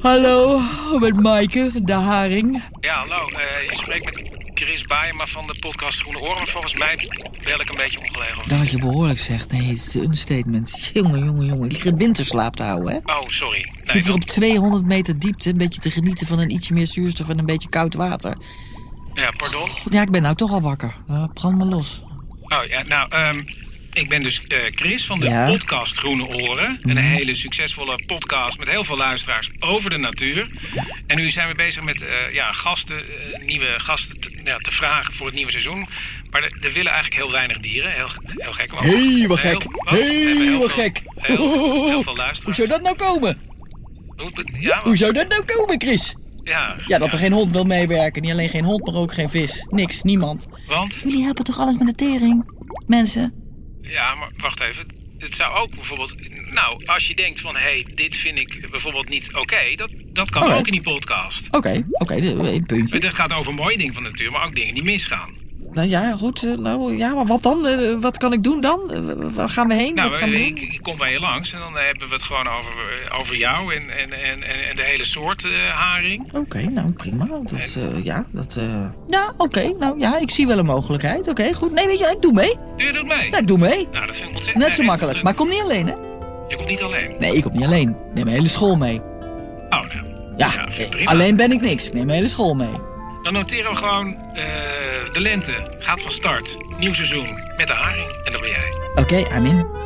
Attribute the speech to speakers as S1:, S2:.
S1: Hallo, met Maaike, de haring.
S2: Ja, hallo. eh, je spreekt met Chris Baaema van de podcast Groene Oren. maar Volgens mij bel ik een beetje ongelegen. of-
S1: Dat had je behoorlijk zegt. Nee, het is een understatement. Jongen, jongen, jongen. Ik lig in winterslaap te houden, hè?
S2: Oh, sorry.
S1: Ik
S2: Nee,
S1: zit hier
S2: dat-
S1: op 200 meter diepte een beetje te genieten van een ietsje meer zuurstof en een beetje koud water.
S2: ja, pardon.
S1: Goed, ja, ik ben nou toch al wakker. Nou, brand me los.
S2: Oh, ja, nou, ehm, ik ben dus eh, Chris van de
S1: Ja. Mhm.
S2: podcast Groene Oren. Een hele succesvolle podcast met heel veel luisteraars over de natuur. En nu zijn we bezig met eh, ja, gasten, eh, nieuwe gasten te, ja, te vragen voor het nieuwe seizoen. Maar er- er willen eigenlijk heel weinig dieren. Heel, heel gek. want-
S1: Heel wat
S2: Heel-
S1: gek.
S2: wat? We hebben heel
S1: Heel wat
S2: veel-
S1: gek.
S2: Heel, heel veel luisteraars.
S1: zou dat nou komen?
S2: Hoe be- Ja,
S1: Hoe zou dat nou komen, Chris?
S2: ja,
S1: Ja, dat er geen hond wil meewerken. Niet alleen geen hond, maar ook geen vis. Niks, niemand.
S2: Want,
S1: Jullie helpen toch alles met de tering? Mensen?
S2: ja, maar wacht even. Het zou ook bijvoorbeeld... Nou, als je denkt van... Hé, hey, dit vind ik bijvoorbeeld niet oké. dat, dat kan
S1: Oké.
S2: ook in die podcast.
S1: Oké, oké, een puntje.
S2: Het gaat over mooie dingen van de natuur, maar ook dingen die misgaan.
S1: Nou ja, goed. eh, Nou ja, maar wat dan? Eh, Wat kan ik doen dan? Eh, Waar gaan we heen?
S2: Nou,
S1: wat gaan we
S2: eh,
S1: doen?
S2: ik, ik kom bij je langs en dan hebben we het gewoon over, eh, over jou en, en, en, en en de hele soort eh, haring.
S1: Oké, nou prima. Dat is, eh, ja, dat... Ja, oké. nou ja, ik zie wel een mogelijkheid. Oké, goed. Nee, weet je, ik doe mee.
S2: Doe je dat mee?
S1: Ja, ik doe mee.
S2: Nou, dat vind ik ontzettend...
S1: Net zo
S2: eh,
S1: makkelijk. Maar
S2: ontzettend-
S1: kom niet alleen, hè?
S2: Je komt niet alleen.
S1: Nee, ik kom niet alleen. Ik neem mijn hele school mee.
S2: Oh, nou.
S1: Ja,
S2: vind ik
S1: eh,
S2: prima.
S1: alleen ben ik niks. Ik neem mijn hele school mee.
S2: Dan noteren we gewoon eh, de lente gaat van start. Nieuw seizoen met de haring. En dat ben jij.
S1: Oké, I'm in.